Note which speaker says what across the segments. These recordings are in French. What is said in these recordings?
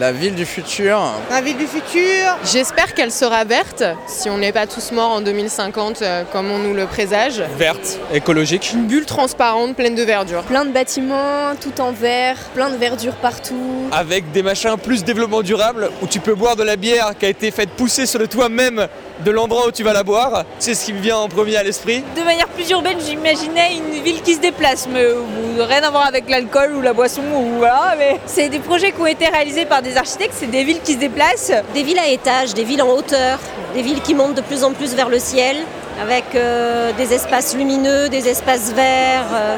Speaker 1: La ville du futur.
Speaker 2: La ville du futur
Speaker 3: J'espère qu'elle sera verte, si on n'est pas tous morts en 2050 euh, comme on nous le présage.
Speaker 4: Verte, écologique.
Speaker 3: Une bulle transparente pleine de verdure.
Speaker 5: Plein de bâtiments, tout en verre, plein de verdure partout.
Speaker 4: Avec des machins plus développement durable, où tu peux boire de la bière qui a été faite pousser sur le toit même de l'endroit où tu vas la boire. C'est ce qui me vient en premier à l'esprit.
Speaker 6: De manière plus urbaine, j'imaginais une ville qui se déplace, mais euh, rien à voir avec l'alcool ou la boisson ou voilà. Mais c'est des projets qui ont été réalisés par des architectes, c'est des villes qui se déplacent.
Speaker 7: Des villes à étage, des villes en hauteur, des villes qui montent de plus en plus vers le ciel, avec euh, des espaces lumineux, des espaces verts. euh.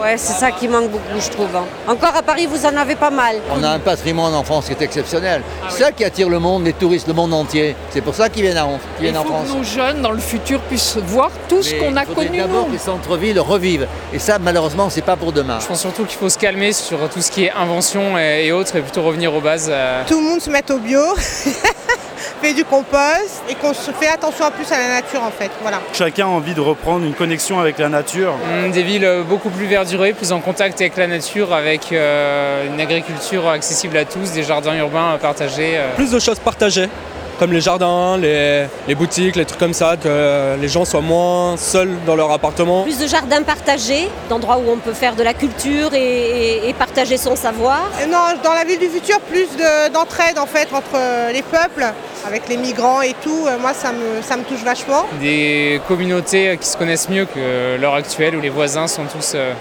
Speaker 8: Ouais, c'est ça qui manque beaucoup, je trouve. hein. Encore à Paris, vous en avez pas mal.
Speaker 9: On a un patrimoine en France qui est exceptionnel.
Speaker 10: Ah
Speaker 9: C'est ça qui attire le monde, les touristes, le monde entier. C'est pour ça qu'ils viennent, à, qu'ils
Speaker 10: Il
Speaker 9: viennent
Speaker 10: faut
Speaker 9: en France.
Speaker 10: que nos jeunes, dans le futur, puissent voir tout ce
Speaker 9: Mais
Speaker 10: qu'on a
Speaker 9: il faudrait
Speaker 10: connu,
Speaker 9: d'abord que
Speaker 10: nous.
Speaker 9: les centres-villes revivent. Et ça, malheureusement, c'est pas pour demain.
Speaker 11: Je pense surtout qu'il faut se calmer sur tout ce qui est invention et, et autres et plutôt revenir aux bases. euh.
Speaker 2: Tout le monde se met au bio, fait du compost et qu'on se fait attention plus à la nature en fait. Voilà.
Speaker 12: Chacun a envie de reprendre une connexion avec la nature.
Speaker 11: Mm, Des villes euh, beaucoup plus verdurées, plus en contact avec la nature, avec euh, une agriculture accessible à tous, des jardins urbains euh, partagés. euh.
Speaker 4: Plus de choses partagées, comme les jardins, les, les boutiques, les trucs comme ça, que les gens soient moins seuls dans leur appartement.
Speaker 7: Plus de jardins partagés, d'endroits où on peut faire de la culture et- et- et partager son savoir.
Speaker 2: Et non, dans la ville du futur, plus de- d'entraide en fait entre euh, les peuples, avec les migrants et tout. Euh, Moi, ça me, ça me touche vachement.
Speaker 11: Des communautés qui se connaissent mieux que l'heure actuelle où les voisins sont tous euh,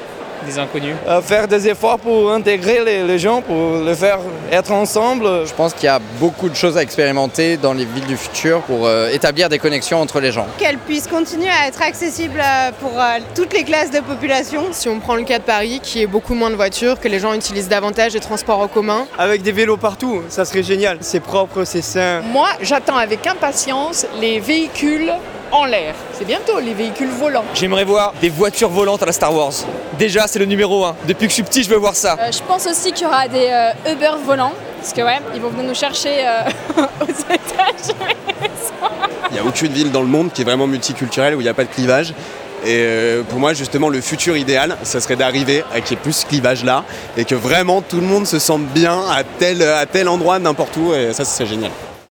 Speaker 11: des inconnus.
Speaker 13: Euh, faire des efforts pour intégrer les, gens, pour les faire être ensemble.
Speaker 1: Je pense qu'il y a beaucoup de choses à expérimenter dans les villes du futur pour euh, établir des connexions entre les gens.
Speaker 14: Qu'elle puisse continuer à être accessible euh, pour euh, toutes les classes de population.
Speaker 3: Si on prend le cas de Paris, qui est beaucoup moins de voitures, que les gens utilisent davantage les transports en commun,
Speaker 13: Avec des vélos partout, ça serait génial. C'est propre, c'est sain.
Speaker 10: Moi, j'attends avec impatience les véhicules en l'air. C'est bientôt les véhicules volants.
Speaker 4: J'aimerais voir des voitures volantes à la Star Wars. Déjà, c'est le numéro 1. Depuis que je suis petit, je veux voir ça.
Speaker 15: Euh, je pense aussi qu'il y aura des euh, Uber volants, parce que ouais, ils vont venir nous chercher euh, aux étages.
Speaker 16: Il n'y a aucune ville dans le monde qui est vraiment multiculturelle où il n'y a pas de clivage. Et euh, pour moi, justement, le futur idéal, ça serait d'arriver à qu'il y ait plus ce clivage-là et que vraiment tout le monde se sente bien à tel, à tel endroit, n'importe où. Et ça, ce serait génial.